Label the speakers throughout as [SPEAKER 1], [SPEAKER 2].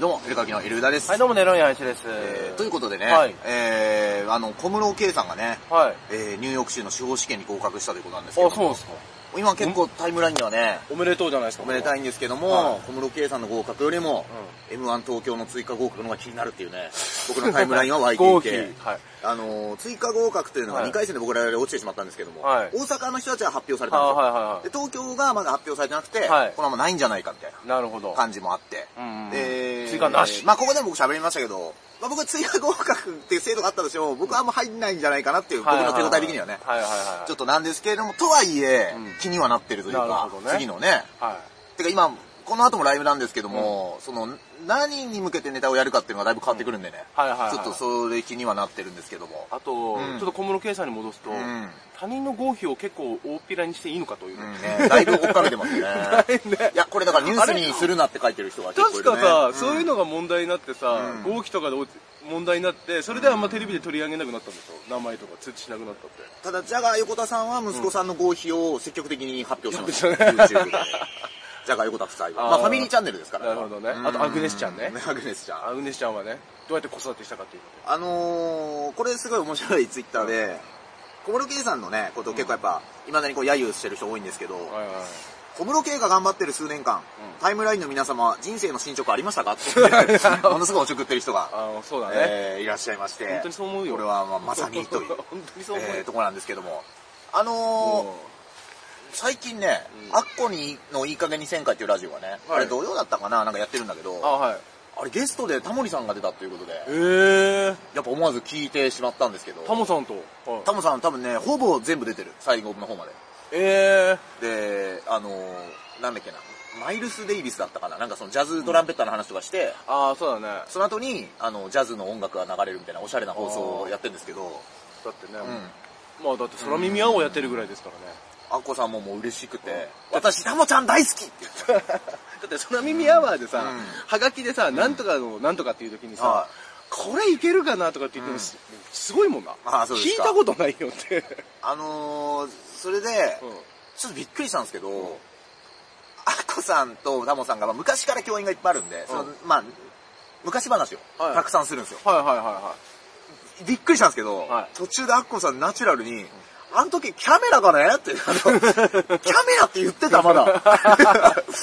[SPEAKER 1] どうも、エルカキのエルウダです。
[SPEAKER 2] はい、どうも、ネロンヤンシです。
[SPEAKER 1] えーということでね、
[SPEAKER 2] はい
[SPEAKER 1] えー、あの、小室圭さんがね、
[SPEAKER 2] はい。
[SPEAKER 1] えー、ニューヨーク州の司法試験に合格したということなんですけども
[SPEAKER 2] あそうなんですか
[SPEAKER 1] 今結構タイムラインにはね、
[SPEAKER 2] おめでとうじゃないですか。
[SPEAKER 1] おめでたいんですけども、
[SPEAKER 2] は
[SPEAKER 1] 小室圭さんの合格よりも、M1 東京の追加合格の方が気になるっていうね、僕のタイムラインは湧い ていて
[SPEAKER 2] 合、否はい
[SPEAKER 1] あのー、追加合格というのが
[SPEAKER 2] はい
[SPEAKER 1] 2回戦で僕ら落ちてしまったんですけども、
[SPEAKER 2] はい
[SPEAKER 1] 大阪の人たちは発表されたん
[SPEAKER 2] あ
[SPEAKER 1] ですよ。
[SPEAKER 2] はいはいはい
[SPEAKER 1] で東京がまだ発表されてなくて、
[SPEAKER 2] はい
[SPEAKER 1] このままないんじゃないかみたいな。
[SPEAKER 2] なるほど。
[SPEAKER 1] 感じもあって。
[SPEAKER 2] うんうん
[SPEAKER 1] で
[SPEAKER 2] 追加なし
[SPEAKER 1] まあここでも僕喋りましたけど、まあ僕は追加合格っていう制度があったとしても、僕はあんま入んないんじゃないかなっていう、僕
[SPEAKER 2] はいはい
[SPEAKER 1] の
[SPEAKER 2] はい
[SPEAKER 1] 手応え的にはね。
[SPEAKER 2] はいはいはい。
[SPEAKER 1] ちょっ
[SPEAKER 2] と、
[SPEAKER 1] となんですけれども、とはいえ、
[SPEAKER 2] うん
[SPEAKER 1] 気にはなってるという
[SPEAKER 2] な
[SPEAKER 1] か
[SPEAKER 2] るほど、ね
[SPEAKER 1] 次のね。
[SPEAKER 2] は
[SPEAKER 1] てか今、この後もライブなんですけども、その、何に向けてネタをやるかっていうのがだいぶ変わってくるんでね。
[SPEAKER 2] うんはいはいはい
[SPEAKER 1] ちょっとそれ気にはなってるんですけども。
[SPEAKER 2] い。あと、
[SPEAKER 1] うん
[SPEAKER 2] ちょっと小室圭さんに戻すと、
[SPEAKER 1] うん
[SPEAKER 2] 他人の合否を結構大っぴらにしていいのかという
[SPEAKER 1] う
[SPEAKER 2] ね。
[SPEAKER 1] んね、だいぶ追っかけてます ね。
[SPEAKER 2] ね
[SPEAKER 1] いや、これだからニュースにするなって書いてる人が結構い
[SPEAKER 2] 確
[SPEAKER 1] る、ね。
[SPEAKER 2] かさ、
[SPEAKER 1] ん
[SPEAKER 2] そういうのが問題になってさ、
[SPEAKER 1] うん
[SPEAKER 2] 合否とかでお問題になって、それであんまテレビで取り上げなくなったんでしょ名前とか通知しなくなったって。
[SPEAKER 1] ただ、ジャガー横田さんは息子さんの合否を積極的に発表しました、
[SPEAKER 2] やってた
[SPEAKER 1] YouTube で。ジャガー横田夫妻は。
[SPEAKER 2] あー
[SPEAKER 1] まあ、ファミリーチャンネルですから。
[SPEAKER 2] なるほどね
[SPEAKER 1] うん
[SPEAKER 2] あとアグネスちゃんね
[SPEAKER 1] アグネスちゃん。
[SPEAKER 2] あうねしちゃんはね、どうやって子育てしたかっていうこ
[SPEAKER 1] あのー、これすごい面白いツイッターで、小室圭さんのね、ことを結構やっぱ、未だにこう、揶揄してる人多いんですけど、
[SPEAKER 2] と。はいはい。
[SPEAKER 1] 小室圭が頑張ってる数年間、
[SPEAKER 2] うん
[SPEAKER 1] タイムラインの皆様、人生の進捗ありま したかって言ってものすごいおちょくってる人が、
[SPEAKER 2] あの、そうだね。
[SPEAKER 1] えーいらっしゃいまして、
[SPEAKER 2] 本当にそう思うよ
[SPEAKER 1] これはまあまさにという
[SPEAKER 2] 本、当 にそう思うよ
[SPEAKER 1] えーところなんですけども、あのー、最近ね、
[SPEAKER 2] うん
[SPEAKER 1] アッコにのいい加減に1000回っていうラジオがね、
[SPEAKER 2] は
[SPEAKER 1] あ
[SPEAKER 2] い
[SPEAKER 1] れ土曜だったかななんかやってるんだけど、
[SPEAKER 2] あ、
[SPEAKER 1] あ
[SPEAKER 2] はい。
[SPEAKER 1] れゲストでタモリさんが出たということで、
[SPEAKER 2] ええ
[SPEAKER 1] やっぱ思わず聞いてしまったんですけど、
[SPEAKER 2] タモさんと。
[SPEAKER 1] タモさん多分ね、ほぼ全部出てる、最後の方まで。
[SPEAKER 2] ええ
[SPEAKER 1] で、あのー、なんだっけな、マイルス・デイビスだったかななんかそのジャズトランペッターの話とかして、
[SPEAKER 2] ああ、そうだね。だ
[SPEAKER 1] その後に、あの、ジャズの音楽が流れるみたいなおしゃれな放送をやってるんですけど、
[SPEAKER 2] ってね、
[SPEAKER 1] うん。
[SPEAKER 2] まあだって空耳アワーやってるぐらいですからね。
[SPEAKER 1] アッコさんももう嬉しくて、私タモちゃん大好きって言って。
[SPEAKER 2] だって空耳アワーでさ、
[SPEAKER 1] うん
[SPEAKER 2] はがきでさ、なんとかの、なんとかっていう時にさ、
[SPEAKER 1] はい
[SPEAKER 2] これいけるかなとかって言ってもす、すごいもんな。
[SPEAKER 1] あーそうで
[SPEAKER 2] 聞
[SPEAKER 1] す
[SPEAKER 2] い
[SPEAKER 1] か
[SPEAKER 2] たことないよって。
[SPEAKER 1] あのー、それで、
[SPEAKER 2] うん。
[SPEAKER 1] ちょっとびっくりしたんですけど、アッコさんとタモさんが、まあ、昔から共演がいっぱいあるんで、その
[SPEAKER 2] うん
[SPEAKER 1] まあ、昔話を
[SPEAKER 2] はい
[SPEAKER 1] たくさんするんですよ。
[SPEAKER 2] はいはいはいは
[SPEAKER 1] びっくりしたんですけど、
[SPEAKER 2] はい
[SPEAKER 1] 途中でアッコさんナチュラルに、あの時キャメラがねって、 あのキャメラって言ってたまだ。
[SPEAKER 2] い。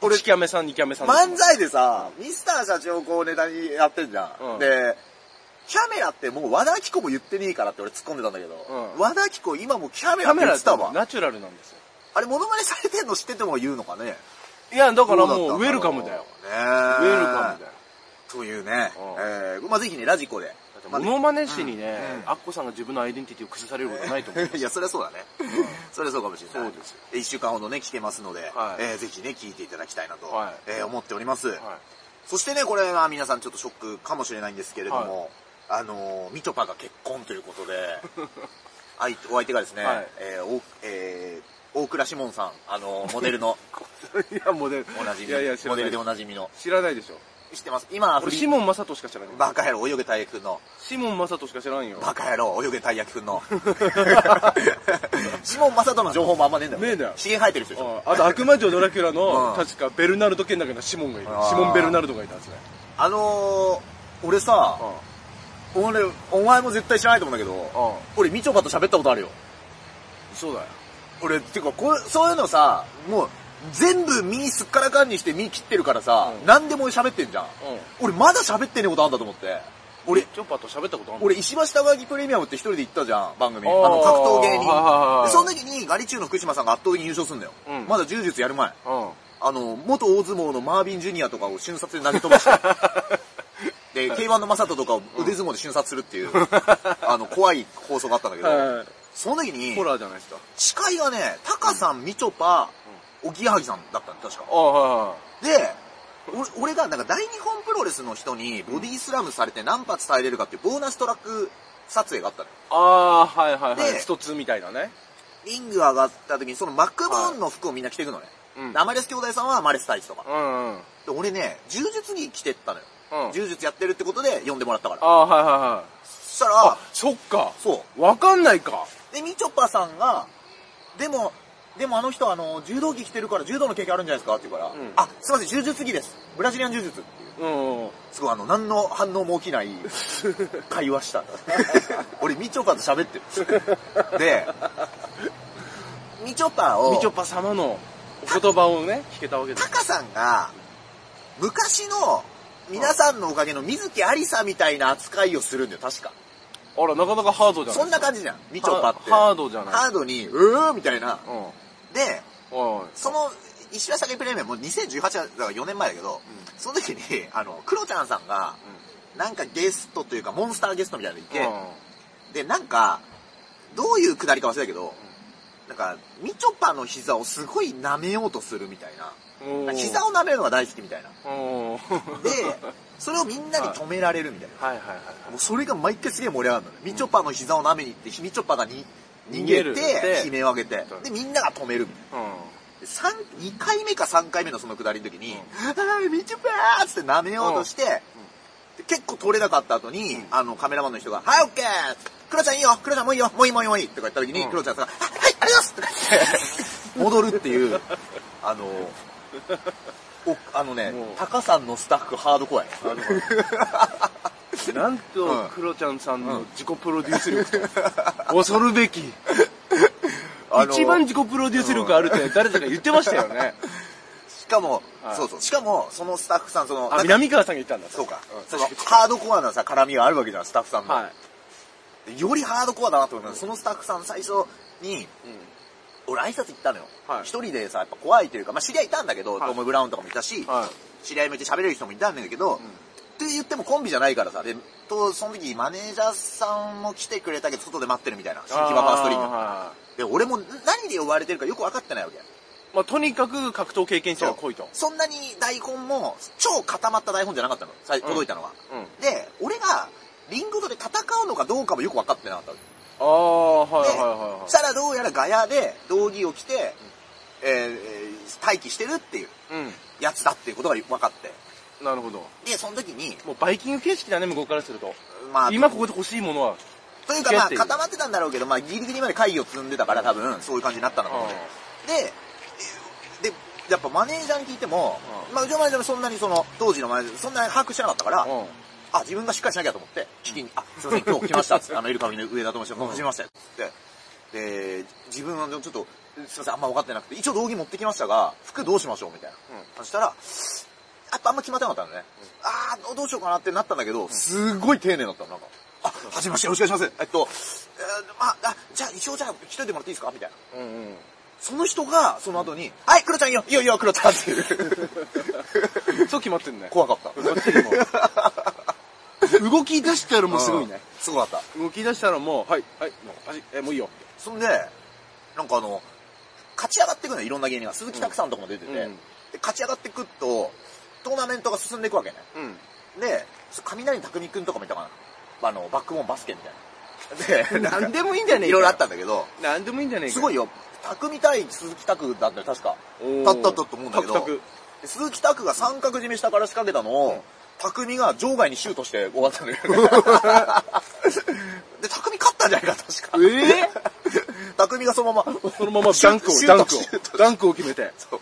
[SPEAKER 2] 俺、1キャメさん、2キャメさん。
[SPEAKER 1] 漫才でさ、ミスター社長こうネタにやってんじゃん。
[SPEAKER 2] うん
[SPEAKER 1] で、キャメラってもう和田アキ子も言ってねえからって俺突っ込んでたんだけど、
[SPEAKER 2] うん
[SPEAKER 1] 和田アキ子今もうキャメ
[SPEAKER 2] キ
[SPEAKER 1] ラ
[SPEAKER 2] ャ
[SPEAKER 1] って言
[SPEAKER 2] メラ
[SPEAKER 1] っ
[SPEAKER 2] ってて
[SPEAKER 1] たわ。
[SPEAKER 2] ナチュラルなんですよ。
[SPEAKER 1] あれモノマネされてんの知ってても言うのかね
[SPEAKER 2] いや、だから
[SPEAKER 1] ど
[SPEAKER 2] もう、ウ
[SPEAKER 1] だ
[SPEAKER 2] ェ
[SPEAKER 1] ったんだ
[SPEAKER 2] ルカ
[SPEAKER 1] ろ
[SPEAKER 2] ムだよ。
[SPEAKER 1] ね
[SPEAKER 2] ウェルカムだよ。
[SPEAKER 1] というね
[SPEAKER 2] うん、
[SPEAKER 1] えー、まあぜひね、ラジコで。
[SPEAKER 2] モノマネ師にね、
[SPEAKER 1] うんうん
[SPEAKER 2] アッコさんが自分のアイデンティティを崩されることはないと思 う。
[SPEAKER 1] いや、そりゃそうだね。そりゃそうかもしれない。
[SPEAKER 2] そうですよ
[SPEAKER 1] 一週間ほどね、聞けますので、
[SPEAKER 2] はい
[SPEAKER 1] えーぜひね、聞いていただきたいなと、
[SPEAKER 2] はい
[SPEAKER 1] えー思っております。
[SPEAKER 2] はい。
[SPEAKER 1] そしてね、これは皆さんちょっとショックかもしれないんですけれども、あのー、みちょぱが結婚ということ で、相手お相手がですね、
[SPEAKER 2] はい
[SPEAKER 1] えーおえー大倉志門さん、あのーモデルの、
[SPEAKER 2] いや、モデル。
[SPEAKER 1] おなじみ
[SPEAKER 2] いやいや、知ら
[SPEAKER 1] モ
[SPEAKER 2] な
[SPEAKER 1] デル
[SPEAKER 2] い
[SPEAKER 1] で。おなじみの、
[SPEAKER 2] 知らないでしょ。
[SPEAKER 1] 知ってます今、フ
[SPEAKER 2] 俺、
[SPEAKER 1] リ
[SPEAKER 2] シモン・マサトしか知らない。
[SPEAKER 1] バカ野郎、泳げたい役の、
[SPEAKER 2] シモン・マサトしか知らんよ。
[SPEAKER 1] バカ野郎、泳げたい役くん の。シモン・マサトの情報もあんまねえんだよ。
[SPEAKER 2] ねえんだよ
[SPEAKER 1] 資源生えてる人でしょ。
[SPEAKER 2] ああと、悪魔女ドラキュラ
[SPEAKER 1] うん
[SPEAKER 2] の、確か、ベルナルド県だけのシモンがいる
[SPEAKER 1] あー。
[SPEAKER 2] シモン・ベルナルドがいたんですね。
[SPEAKER 1] あのー、俺さ、
[SPEAKER 2] あ
[SPEAKER 1] 俺、お前も絶対知らないと思うんだけど、
[SPEAKER 2] あ。
[SPEAKER 1] 俺、みちょぱと喋ったことあるよ。
[SPEAKER 2] そうだよ。
[SPEAKER 1] 俺、てか、こうそういうのさ、もう、全部身すっからかんにして身切ってるからさ、
[SPEAKER 2] うん
[SPEAKER 1] 何でも喋ってんじゃん。
[SPEAKER 2] うん。
[SPEAKER 1] 俺、まだ喋ってねえことあんだと思って。俺、
[SPEAKER 2] チョッパーと喋ったことある
[SPEAKER 1] 俺、石橋高木プレミアムって一人で行ったじゃん、番組。あ
[SPEAKER 2] あー
[SPEAKER 1] の、格闘芸人。
[SPEAKER 2] はいはいはいはい
[SPEAKER 1] でその時に、ガリチュウの福島さんが圧倒的に優勝すんだよ。
[SPEAKER 2] うん
[SPEAKER 1] まだ柔術やる前。
[SPEAKER 2] うん。
[SPEAKER 1] あの、元大相撲のマービン・ジュニアとかを瞬殺で投げ飛ばして、で、K1 のマサトとかを腕相撲で瞬殺するっていう、あの、怖い放送があったんだけど、
[SPEAKER 2] は
[SPEAKER 1] その時に
[SPEAKER 2] い。、ホラーじゃないですか。
[SPEAKER 1] 司会がね、タカさん、みちょぱ、おぎやはぎさんだったの、確か。
[SPEAKER 2] ああ、は
[SPEAKER 1] で、俺俺がなんか大日本プロレスの人にボディスラムされて何発耐えれるかっていうボーナストラック撮影があったのよ。
[SPEAKER 2] い。ああー、はいはいはい。
[SPEAKER 1] で
[SPEAKER 2] スト2みたいなね。
[SPEAKER 1] リング上がった時にそのマックボーンの服をみんな着ていくのね。
[SPEAKER 2] うん
[SPEAKER 1] でアマレス兄弟さんはアマレスタイツとか。
[SPEAKER 2] うんうん。うん。
[SPEAKER 1] で俺ね、柔術に着てったのよ。
[SPEAKER 2] あ
[SPEAKER 1] 柔術やってるってことで呼んでもらったから。
[SPEAKER 2] あー、はいはいはい。
[SPEAKER 1] そしたら、
[SPEAKER 2] そっか。
[SPEAKER 1] そ
[SPEAKER 2] わかんないか。
[SPEAKER 1] う。で、みちょぱさんが、でも、でもあの人、あの、柔道着着てるから柔道の経験あるんじゃないですかって言うから、
[SPEAKER 2] ん
[SPEAKER 1] あ、すいません、柔術着です。ブラジリアン柔術っていう。
[SPEAKER 2] うん。
[SPEAKER 1] すごい、あの、何の反応も起き ない会話した。 俺、みちょぱと喋ってる。で、みちょぱを、
[SPEAKER 2] みちょぱ様のお言葉をね、聞けたわけです
[SPEAKER 1] タ。カさんが、昔の、皆さんのおかげの水木ありさみたいな扱いをするんだよ、確か。
[SPEAKER 2] あら、なかなかハードじゃない
[SPEAKER 1] そんな感じじゃん、みちょぱって。
[SPEAKER 2] ハハードじゃない
[SPEAKER 1] ハードに、うーみたいな。
[SPEAKER 2] うん。
[SPEAKER 1] で、
[SPEAKER 2] おい。
[SPEAKER 1] その、石橋プレミアム、もう2018だから4年前だけど、その時に、 あの、クロちゃんさんが、なんかゲストというか、モンスターゲストみたいなのいて、で、なんか、どういうくだりか忘れたけど、なんか、みちょぱの膝をすごい舐めようとするみたいな。膝
[SPEAKER 2] を。
[SPEAKER 1] を舐めるのが大好きみたいな。
[SPEAKER 2] おー
[SPEAKER 1] で、それをみんなに止められるみたいな。
[SPEAKER 2] はいはいはいはい。
[SPEAKER 1] もうそれが毎回すげえ盛り上がるのね。みちょぱの膝を舐めに行って、みちょぱがに逃げ
[SPEAKER 2] 逃げる
[SPEAKER 1] て、悲鳴を上げて、で、みんなが止めるみたいな。
[SPEAKER 2] う
[SPEAKER 1] 三2回目か3回目のその下りの時に、あーみちょぱーっつって舐めようとして、で結構取れなかった後に、あの、カメラマンの人が、はい、オッケークロちゃんいいよクロちゃんもういいよもういいもういいもういいとか言った時に、
[SPEAKER 2] うん
[SPEAKER 1] クロちゃんさんが、あはい、ありがとうございますとか言って、戻るって いう、あの、おあのね
[SPEAKER 2] もう、
[SPEAKER 1] タカさんのスタッフハードコアや。
[SPEAKER 2] ん。なん
[SPEAKER 1] う
[SPEAKER 2] と
[SPEAKER 1] ん、
[SPEAKER 2] クロちゃんさんの自己プロデュース力と。 恐るべき。
[SPEAKER 1] あの
[SPEAKER 2] 一番自己プロデュース力あるって誰だか言ってましたよね。
[SPEAKER 1] しかも、
[SPEAKER 2] はい
[SPEAKER 1] そうそう、しかも、そのスタッフさん、その、
[SPEAKER 2] あ、
[SPEAKER 1] なんか
[SPEAKER 2] 南川さんが言ったんだ。
[SPEAKER 1] そうか、
[SPEAKER 2] ん
[SPEAKER 1] そのハードコアなさ、絡みがあるわけじゃん、スタッフさんの。
[SPEAKER 2] はい。
[SPEAKER 1] よりハードコアだなと思います。そのスタッフさん最初に、俺挨拶行ったのよ。
[SPEAKER 2] はい
[SPEAKER 1] 一人でさ、やっぱ怖いというか、まあ知り合いいたんだけど、
[SPEAKER 2] はい
[SPEAKER 1] トム・ブラウンとかもいたし、
[SPEAKER 2] は
[SPEAKER 1] 知り合いもいて喋れる人もいたんだけど、って言ってもコンビじゃないからさ、で、と、その時マネージャーさんも来てくれたけど、外で待ってるみたいな、新規ババーストリーム。
[SPEAKER 2] あ
[SPEAKER 1] で、俺も何で呼ばれてるかよく分かってないわけ。
[SPEAKER 2] ーまあ、とにかく格闘経験者が濃いと。
[SPEAKER 1] そんなに台本も、超固まった台本じゃなかったの、さい届いたのは。
[SPEAKER 2] うん。
[SPEAKER 1] で、俺が、リング上で戦うのかどうかもよく分かってなかったわけ。
[SPEAKER 2] ああ、はい
[SPEAKER 1] で
[SPEAKER 2] はいはいは
[SPEAKER 1] したらどうやらガヤで道着を着て、えーえー待機してるっていう
[SPEAKER 2] い。う
[SPEAKER 1] やつだっていうことが分かって。
[SPEAKER 2] ん。なるほど。
[SPEAKER 1] で、その時に、
[SPEAKER 2] もうバイキング形式だね、向こうからすると。
[SPEAKER 1] まあ、
[SPEAKER 2] 今ここで欲しいものは。
[SPEAKER 1] というかま
[SPEAKER 2] 付き合っ
[SPEAKER 1] あ
[SPEAKER 2] ている
[SPEAKER 1] 固まってたんだろうけど、まあギリギリまで会議を積んでたから多分そういう感じになったのかもね。で、で、やっぱマネージャーに聞いても、
[SPEAKER 2] う
[SPEAKER 1] まあうちのマネージャーもそんなにその、当時のマネージャー、そんなに把握してなかったから、
[SPEAKER 2] うん。
[SPEAKER 1] あ、自分がしっかりしなきゃと思って、聞きに、あ、すいませ ん、今日来ましたっつって、あの、イルカの上田と申します、はじめまして、つって。で、自分はちょっと、すいません、あんま分かってなくて、一応道着持ってきましたが、服どうしましょうみたいな。
[SPEAKER 2] うん
[SPEAKER 1] そしたら、やっぱあんま決まってなかったのね。あーどう、どうしようかなってなったんだけど、すごい丁寧だったの、なんか。あ、はじめまして、よろしくお願いします。えっと、えーまあ、あ、じゃあ一応じゃあ、一人でもらっていいですかみたいな。
[SPEAKER 2] うんうん。
[SPEAKER 1] その人が、その後に、はい、クロちゃんいいよ、いいよいいよ、クロちゃんって いう。
[SPEAKER 2] そう決まってんね。
[SPEAKER 1] 怖かった。
[SPEAKER 2] こっちにも 動き出したらもうすごいね。
[SPEAKER 1] うん。すごかった。
[SPEAKER 2] 動き出したらもう、はい、はい、もう、はいえ、もういいよ。
[SPEAKER 1] そんで、なんかあの、勝ち上がってくのよ、いろんな芸人が。鈴木拓さんとかも出てて、
[SPEAKER 2] うんうん
[SPEAKER 1] で、勝ち上がってくと、トーナメントが進んでいくわけね。
[SPEAKER 2] うん。
[SPEAKER 1] で、そ雷匠くんとかもいたかな。あの、バックボーンバスケみたい な。で、なん
[SPEAKER 2] なん
[SPEAKER 1] か
[SPEAKER 2] でもいいんじゃねえか。
[SPEAKER 1] いろいろあった。んだけど、
[SPEAKER 2] なんでもいいんじゃねえか。
[SPEAKER 1] すごい
[SPEAKER 2] よ。
[SPEAKER 1] よ、匠対鈴木拓だったよ、確か。
[SPEAKER 2] た
[SPEAKER 1] だったと思うんだけど
[SPEAKER 2] タクタク。
[SPEAKER 1] で鈴木拓が三角締め下から仕掛けたのを、匠が場外にシュートして終わったんだ けどね。で、匠勝ったんじゃないか、確か。
[SPEAKER 2] ええ
[SPEAKER 1] 匠がそのまま、
[SPEAKER 2] そのままダンク
[SPEAKER 1] シュ
[SPEAKER 2] を、
[SPEAKER 1] ー
[SPEAKER 2] ダン
[SPEAKER 1] ト
[SPEAKER 2] ク
[SPEAKER 1] シュー
[SPEAKER 2] を、
[SPEAKER 1] ト
[SPEAKER 2] ダンクを決めて。
[SPEAKER 1] そう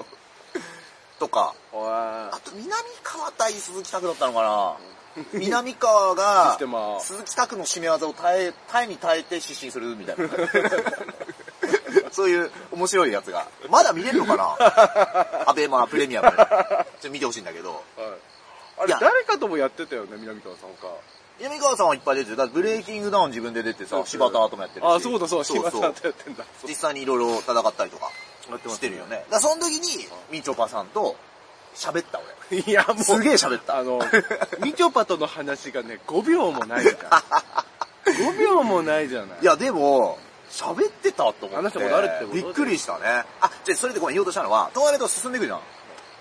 [SPEAKER 1] とか、
[SPEAKER 2] お
[SPEAKER 1] あと南川対鈴木拓だったのかな南川が
[SPEAKER 2] システマ、
[SPEAKER 1] 鈴木拓の締め技を耐え、耐えに耐えて失神するみたい な。そういう面白いやつが。まだ見れるのかなアベマプレミアム。ちょっと見てほしいんだけど。
[SPEAKER 2] はい。あ
[SPEAKER 1] い
[SPEAKER 2] れ
[SPEAKER 1] や、
[SPEAKER 2] 誰かともやってたよね、南川さんか。
[SPEAKER 1] 南川さんはいっぱい出てる。だってブレイキングダウン自分で出て
[SPEAKER 2] そう
[SPEAKER 1] さ、
[SPEAKER 2] です
[SPEAKER 1] 柴田ともやってるし。
[SPEAKER 2] あ、そうだそうだ、
[SPEAKER 1] そ
[SPEAKER 2] 柴
[SPEAKER 1] う
[SPEAKER 2] 田
[SPEAKER 1] そう。
[SPEAKER 2] とやってんだ。
[SPEAKER 1] 実際にいろいろ戦ったりとか
[SPEAKER 2] やってま
[SPEAKER 1] し
[SPEAKER 2] す
[SPEAKER 1] てるよね。だからその時に、みちょぱさんと喋った俺。
[SPEAKER 2] いや、もう。
[SPEAKER 1] すげえ喋った
[SPEAKER 2] あの、みちょぱとの話がね、5秒もないじゃん。5秒もないじゃない。
[SPEAKER 1] い、や、でも、喋ってたと思
[SPEAKER 2] 話
[SPEAKER 1] っ
[SPEAKER 2] した
[SPEAKER 1] て。
[SPEAKER 2] ことあるってこと
[SPEAKER 1] びっくりしたね。あ、じゃあそれでごめん言おうとしたのは、トーナメント進んでいくじゃん。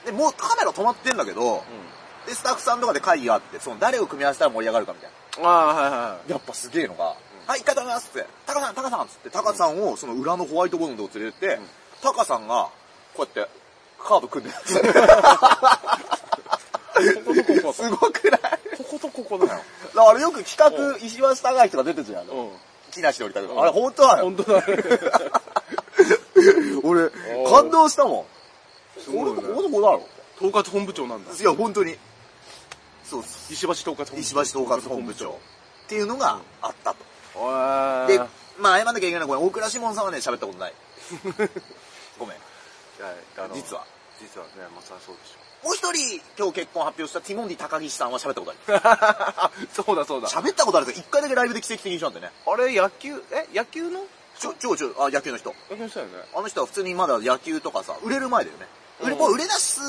[SPEAKER 1] で、もうカメラ止まってんだけど、で、スタッフさんとかで会議があって、その誰を組み合わせたら盛り上がるかみたい
[SPEAKER 2] うん。ああ、はいは
[SPEAKER 1] な。やっぱすげえのが、はい、一回止めますって、タカさん、タカさんっつって、タカさんをその裏のホワイトボードのとこ連れてって、タカさんが、こうやって、カード組 んで
[SPEAKER 2] い。
[SPEAKER 1] る。すごくない
[SPEAKER 2] こことここなの。
[SPEAKER 1] だからよく企画、石橋高い人が出てるじゃん。
[SPEAKER 2] うん。
[SPEAKER 1] 木梨憲武とか。あれ、本当は
[SPEAKER 2] 本当だ。
[SPEAKER 1] 俺、感動したも
[SPEAKER 2] す
[SPEAKER 1] ん。
[SPEAKER 2] ご
[SPEAKER 1] 俺
[SPEAKER 2] い
[SPEAKER 1] の
[SPEAKER 2] ね
[SPEAKER 1] とこ、俺のとこだろ。
[SPEAKER 2] 統括本部長なんだ
[SPEAKER 1] いや、本当に。そうっす。
[SPEAKER 2] 石橋統括本部長
[SPEAKER 1] 石橋統括本部長。っていうのがあったと。
[SPEAKER 2] お
[SPEAKER 1] で
[SPEAKER 2] はい、
[SPEAKER 1] まあ謝んなきゃいけないのは、これ、大倉志門さんはね、喋ったことない。 ごめん。
[SPEAKER 2] あの
[SPEAKER 1] 実は
[SPEAKER 2] 実はねまあそりゃそうでしょ
[SPEAKER 1] もう一人、今日結婚発表したティモンディ高岸さんは喋ったことある。
[SPEAKER 2] あ そうだそうだ。
[SPEAKER 1] 喋ったことあるけど、一回だけライブで奇跡的に一緒なんだよね。
[SPEAKER 2] あれ、野球、え野球の
[SPEAKER 1] ちょ、ちょ、ちょ、あ、野球の人。
[SPEAKER 2] 野球の人だよね。
[SPEAKER 1] あの人は普通にまだ野球とかさ、売れる前だよね。売れ、
[SPEAKER 2] うん
[SPEAKER 1] もう売れ出す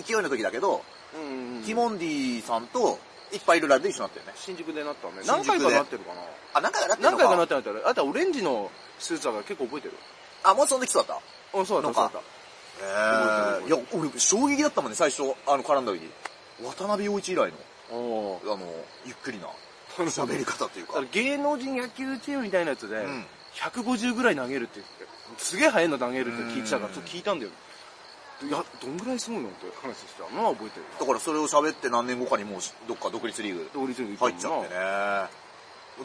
[SPEAKER 1] 勢いの時だけど、
[SPEAKER 2] うん
[SPEAKER 1] ティモンディさんといっぱいいるライブで一緒になったよね。
[SPEAKER 2] 新宿でなったね。
[SPEAKER 1] 新
[SPEAKER 2] 何
[SPEAKER 1] 宿で
[SPEAKER 2] 回かなってるかな
[SPEAKER 1] あ、何回かなってん
[SPEAKER 2] 何
[SPEAKER 1] の
[SPEAKER 2] 回かなってなってる。あとはオレンジのスーツは結構覚えてる。
[SPEAKER 1] あ、もうその時そうだった
[SPEAKER 2] うん、そうだった、
[SPEAKER 1] なん
[SPEAKER 2] そう
[SPEAKER 1] か
[SPEAKER 2] だっ
[SPEAKER 1] えー、いや、俺、衝撃だったもんね、最初、あの、絡んだ時。渡辺陽一以来
[SPEAKER 2] た。お
[SPEAKER 1] の、あの、ゆっくりな、
[SPEAKER 2] お。
[SPEAKER 1] 喋り方という
[SPEAKER 2] だ
[SPEAKER 1] か
[SPEAKER 2] か。ら芸能人野球チームみたいなやつで、
[SPEAKER 1] ん
[SPEAKER 2] 150ぐらい投げるって言って、すげえ速いの投げるって聞いてたか
[SPEAKER 1] う
[SPEAKER 2] ら、
[SPEAKER 1] ん
[SPEAKER 2] それ聞いたんだよ。いや、どんぐらいすごいのって話してたのは覚えてる
[SPEAKER 1] だからそれを喋って何年後かにもう、どっか独立リーグ
[SPEAKER 2] な。俺、入
[SPEAKER 1] 入っちゃってね。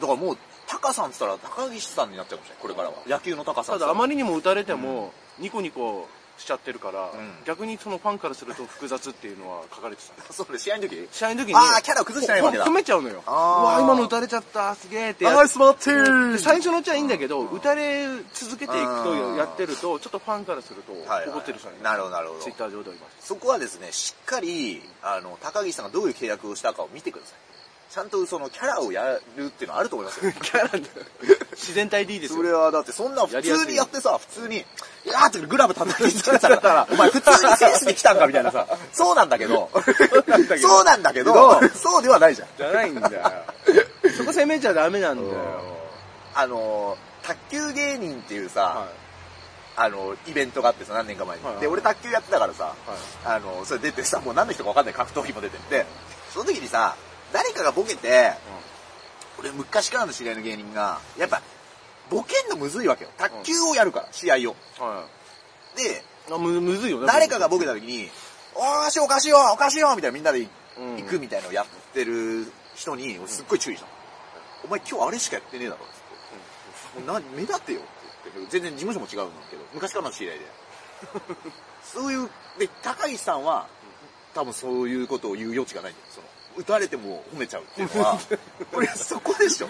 [SPEAKER 1] だからもう、タカさんって言ったら高岸さんになっちゃうかもしれない、これからは。野球のタカさんっ
[SPEAKER 2] た
[SPEAKER 1] て
[SPEAKER 2] だ
[SPEAKER 1] 言
[SPEAKER 2] あ
[SPEAKER 1] ったら
[SPEAKER 2] まりにも打たれてもニコニコしちゃってるから、
[SPEAKER 1] ん
[SPEAKER 2] 逆にそのファンからすると複雑っていうのは書かれてた
[SPEAKER 1] そうね、試合の時
[SPEAKER 2] 試合の時に
[SPEAKER 1] あーキャラ崩してないわけだ
[SPEAKER 2] こう組めちゃうのよう
[SPEAKER 1] あー
[SPEAKER 2] わ今の打たれちゃったすげえってやっ
[SPEAKER 1] ナイスバッティング
[SPEAKER 2] で最初のうちはいいんだけど、打たれ続けていくと
[SPEAKER 1] うん
[SPEAKER 2] やってるとちょっとファンからすると
[SPEAKER 1] はいはい
[SPEAKER 2] 怒ってる人がい
[SPEAKER 1] なるほどなるほど
[SPEAKER 2] ツイッター上ではいま し
[SPEAKER 1] そこはですね、しっかり、あの、高岸さんがどういう契約をしたかを見てください。ちゃんとそのキャラをやるっていうのはあると思いますよ。
[SPEAKER 2] たキャラだ自然体でいいです
[SPEAKER 1] そ
[SPEAKER 2] よ
[SPEAKER 1] れはだってそんな普
[SPEAKER 2] やりやす
[SPEAKER 1] 通
[SPEAKER 2] い
[SPEAKER 1] にやってさ、普通に、いやーってグラブ叩きつけてたら、 お前普通にセンスで来たんかみたいなさ、 そうなんだけど、そうなんだけど、 そうではないじゃん。
[SPEAKER 2] じゃないん だよそこ攻めちゃダメなんだよ
[SPEAKER 1] あのー、卓球芸人っていうさ、
[SPEAKER 2] は
[SPEAKER 1] あのー、イベントがあってさ、何年か前に。
[SPEAKER 2] はいはい
[SPEAKER 1] で、俺卓球やってたからさ、
[SPEAKER 2] は
[SPEAKER 1] あのー、それ出てさ、もう何の人か分かんない格闘技も出てって、その時にさ、誰かがボケて、俺昔からの知り合いの芸人が、やっぱ、ボケんのむずいわけよ。卓球をやるから、試合を。
[SPEAKER 2] い、は
[SPEAKER 1] で、
[SPEAKER 2] い、あむむずいよね
[SPEAKER 1] 誰かがボケた時に、おかしいおかしいよおかしいよみたいなみんなで
[SPEAKER 2] うん
[SPEAKER 1] 行くみたいなのをやってる人に、俺すっごい注意したの。お前今日あれしかやってねえだろって。もうな目立てよって言って、全然事務所も違うんだけど、昔からの知り合い で。そういう、で、高岸さんは、多分そういうことを言う余地がないんだよ。その、打たれても褒めちゃうっていうの は、俺そこでしょ。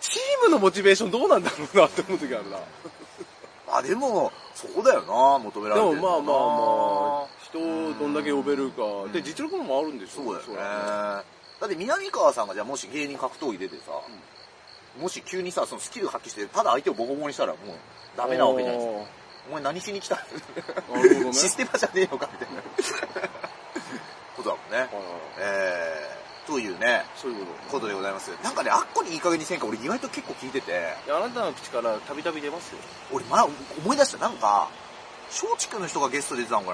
[SPEAKER 2] チームのモチベーションどうなんだろうなって思う時あるな。
[SPEAKER 1] あ、でも、そこだよな、求めら
[SPEAKER 2] で
[SPEAKER 1] れてるの
[SPEAKER 2] もまあ
[SPEAKER 1] かな
[SPEAKER 2] まあまあ、人をどんだけ呼べるか。で、実力もあるんでしょ
[SPEAKER 1] そうだよね
[SPEAKER 2] りゃ。
[SPEAKER 1] だって南川さんがじゃあもし芸人格闘技出てさ、もし急にさ、そのスキル発揮して、ただ相手をボコボコにしたらもうダメなわけじゃないですか。お前何しに来た
[SPEAKER 2] おーなるほどね。
[SPEAKER 1] システマじゃねえのかみたいなことだもんね。
[SPEAKER 2] はいはい
[SPEAKER 1] えー、というね、
[SPEAKER 2] そういうこ
[SPEAKER 1] ことでございます。なんかね、あっこにいい加減にせんか俺意外と結構聞いてて、
[SPEAKER 2] と。いや、あなたの口からたびたび出ますよ。
[SPEAKER 1] 俺まあ思い出した、なんか、松竹の人がゲストで出てたのか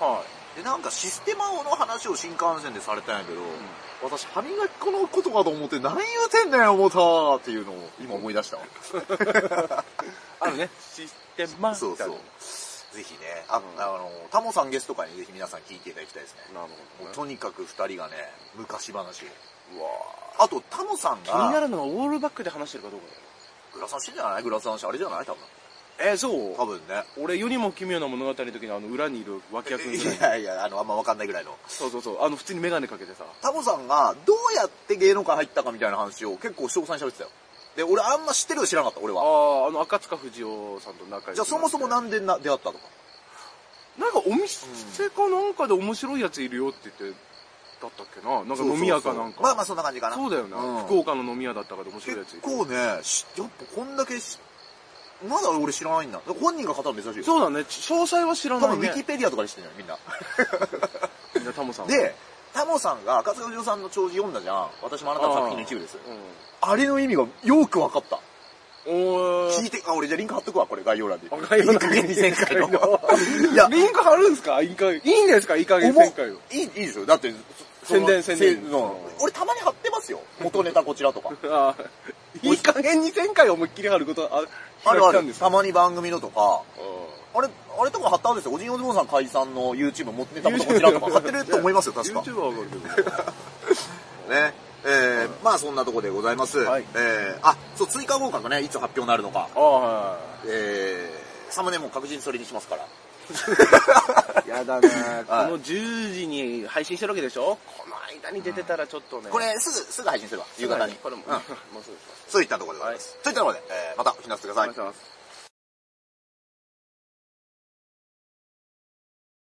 [SPEAKER 1] な
[SPEAKER 2] は
[SPEAKER 1] で、なんかシステマの話を新幹線でされたんやけど、私、歯磨き粉のことかと思って何言うてんねん、思ったーっていうのを今思い出したわ。
[SPEAKER 2] い。あるね。システマ。
[SPEAKER 1] そうそう。ぜひね、あ,、
[SPEAKER 2] うん
[SPEAKER 1] あの、タモさんゲスト会にぜひ皆さん聞いていただきたいですね。
[SPEAKER 2] な
[SPEAKER 1] もう
[SPEAKER 2] るほどね。
[SPEAKER 1] とにかく二人がね、昔話を。
[SPEAKER 2] うわ
[SPEAKER 1] あと、タモさん
[SPEAKER 2] 気にな
[SPEAKER 1] が、
[SPEAKER 2] るのはオールバックで話してるかどうか
[SPEAKER 1] グラサンしてんじゃないグラサンしてあれじゃない多分。
[SPEAKER 2] だよ。え、そう
[SPEAKER 1] 多分ね。
[SPEAKER 2] 俺世にも奇妙な物語の時のあの裏にいる脇役みたい
[SPEAKER 1] い
[SPEAKER 2] な。
[SPEAKER 1] やいや、あの、あんまわかんないぐらいの。
[SPEAKER 2] そうそうそう。あの、普通にメガネかけてさ。
[SPEAKER 1] タモさんがどうやって芸能界入ったかみたいな話を結構詳細に喋ってたよ。で、俺あんま知ってるよ知らなかった、俺
[SPEAKER 2] あ
[SPEAKER 1] は。
[SPEAKER 2] あ、あの赤塚不二夫さんと仲良くなって。
[SPEAKER 1] じゃあそもそもなんでな出会ったとか。
[SPEAKER 2] なんかお店かなんかで面白いやついるよって言って、だったっけななんか飲み屋かなんか。
[SPEAKER 1] まあまあそんな感じかな。
[SPEAKER 2] そうだよな、
[SPEAKER 1] うん
[SPEAKER 2] 福岡の飲み屋だったから面白いやつい
[SPEAKER 1] 結
[SPEAKER 2] る。
[SPEAKER 1] 構ね、しやっぱこんだけし、まだ俺知らないんだ。本人が語るの珍しいよ。
[SPEAKER 2] そうだね。詳細は知ら
[SPEAKER 1] 多
[SPEAKER 2] ない
[SPEAKER 1] 分ウ
[SPEAKER 2] ね。
[SPEAKER 1] ィキペディアとかで知ってるよ、みんな。
[SPEAKER 2] じゃあタモさん。
[SPEAKER 1] で、タモさんが赤塚不二夫さんの長寿読んだじゃん。私もあなたの作品の一部です。
[SPEAKER 2] う
[SPEAKER 1] あれの意味がよく分かった。
[SPEAKER 2] ん。お
[SPEAKER 1] 聞いて、あ、俺じゃあリンク貼っとくわ、これ概要欄に。
[SPEAKER 2] あ概要欄に
[SPEAKER 1] リンクに前回の。い
[SPEAKER 2] い
[SPEAKER 1] や
[SPEAKER 2] や、、リンク貼るんすかいいかいいんですかいい加減前回を
[SPEAKER 1] 思。ういい、いいですよ。だって、そ
[SPEAKER 2] 宣伝
[SPEAKER 1] その
[SPEAKER 2] 宣伝
[SPEAKER 1] せうん俺たまに貼ってますよ。元ネタこちらとか。
[SPEAKER 2] あーいい加減に前回思いっきり貼ること あ、
[SPEAKER 1] あるあ
[SPEAKER 2] 開いたん
[SPEAKER 1] る。
[SPEAKER 2] です
[SPEAKER 1] たまに番組のとか。
[SPEAKER 2] う
[SPEAKER 1] あれ、あれとか貼ったんですよ。おじいおじぼんさん解散の YouTube 持ってたものこちらとか貼ってると思いますよ、
[SPEAKER 2] ん
[SPEAKER 1] 確か。ね。
[SPEAKER 2] YouTube はわかるけど。
[SPEAKER 1] えー、まあそんなとこでございます。
[SPEAKER 2] はい
[SPEAKER 1] えー、あ、そう、追加合格ね、いつ発表になるのか。
[SPEAKER 2] ああ、はい。
[SPEAKER 1] えサムネも確実にそれにしますから。
[SPEAKER 2] やだなこの10時に配信してるわけでしょこの間に出てたらちょっとね。
[SPEAKER 1] こ、れ、すぐ、すぐ配信すれば、夕方に。
[SPEAKER 2] これも、
[SPEAKER 1] うん
[SPEAKER 2] もうすぐですか
[SPEAKER 1] そういったところでございます。といったところで、えーまたお聞きなさってください
[SPEAKER 2] ありがとうございます。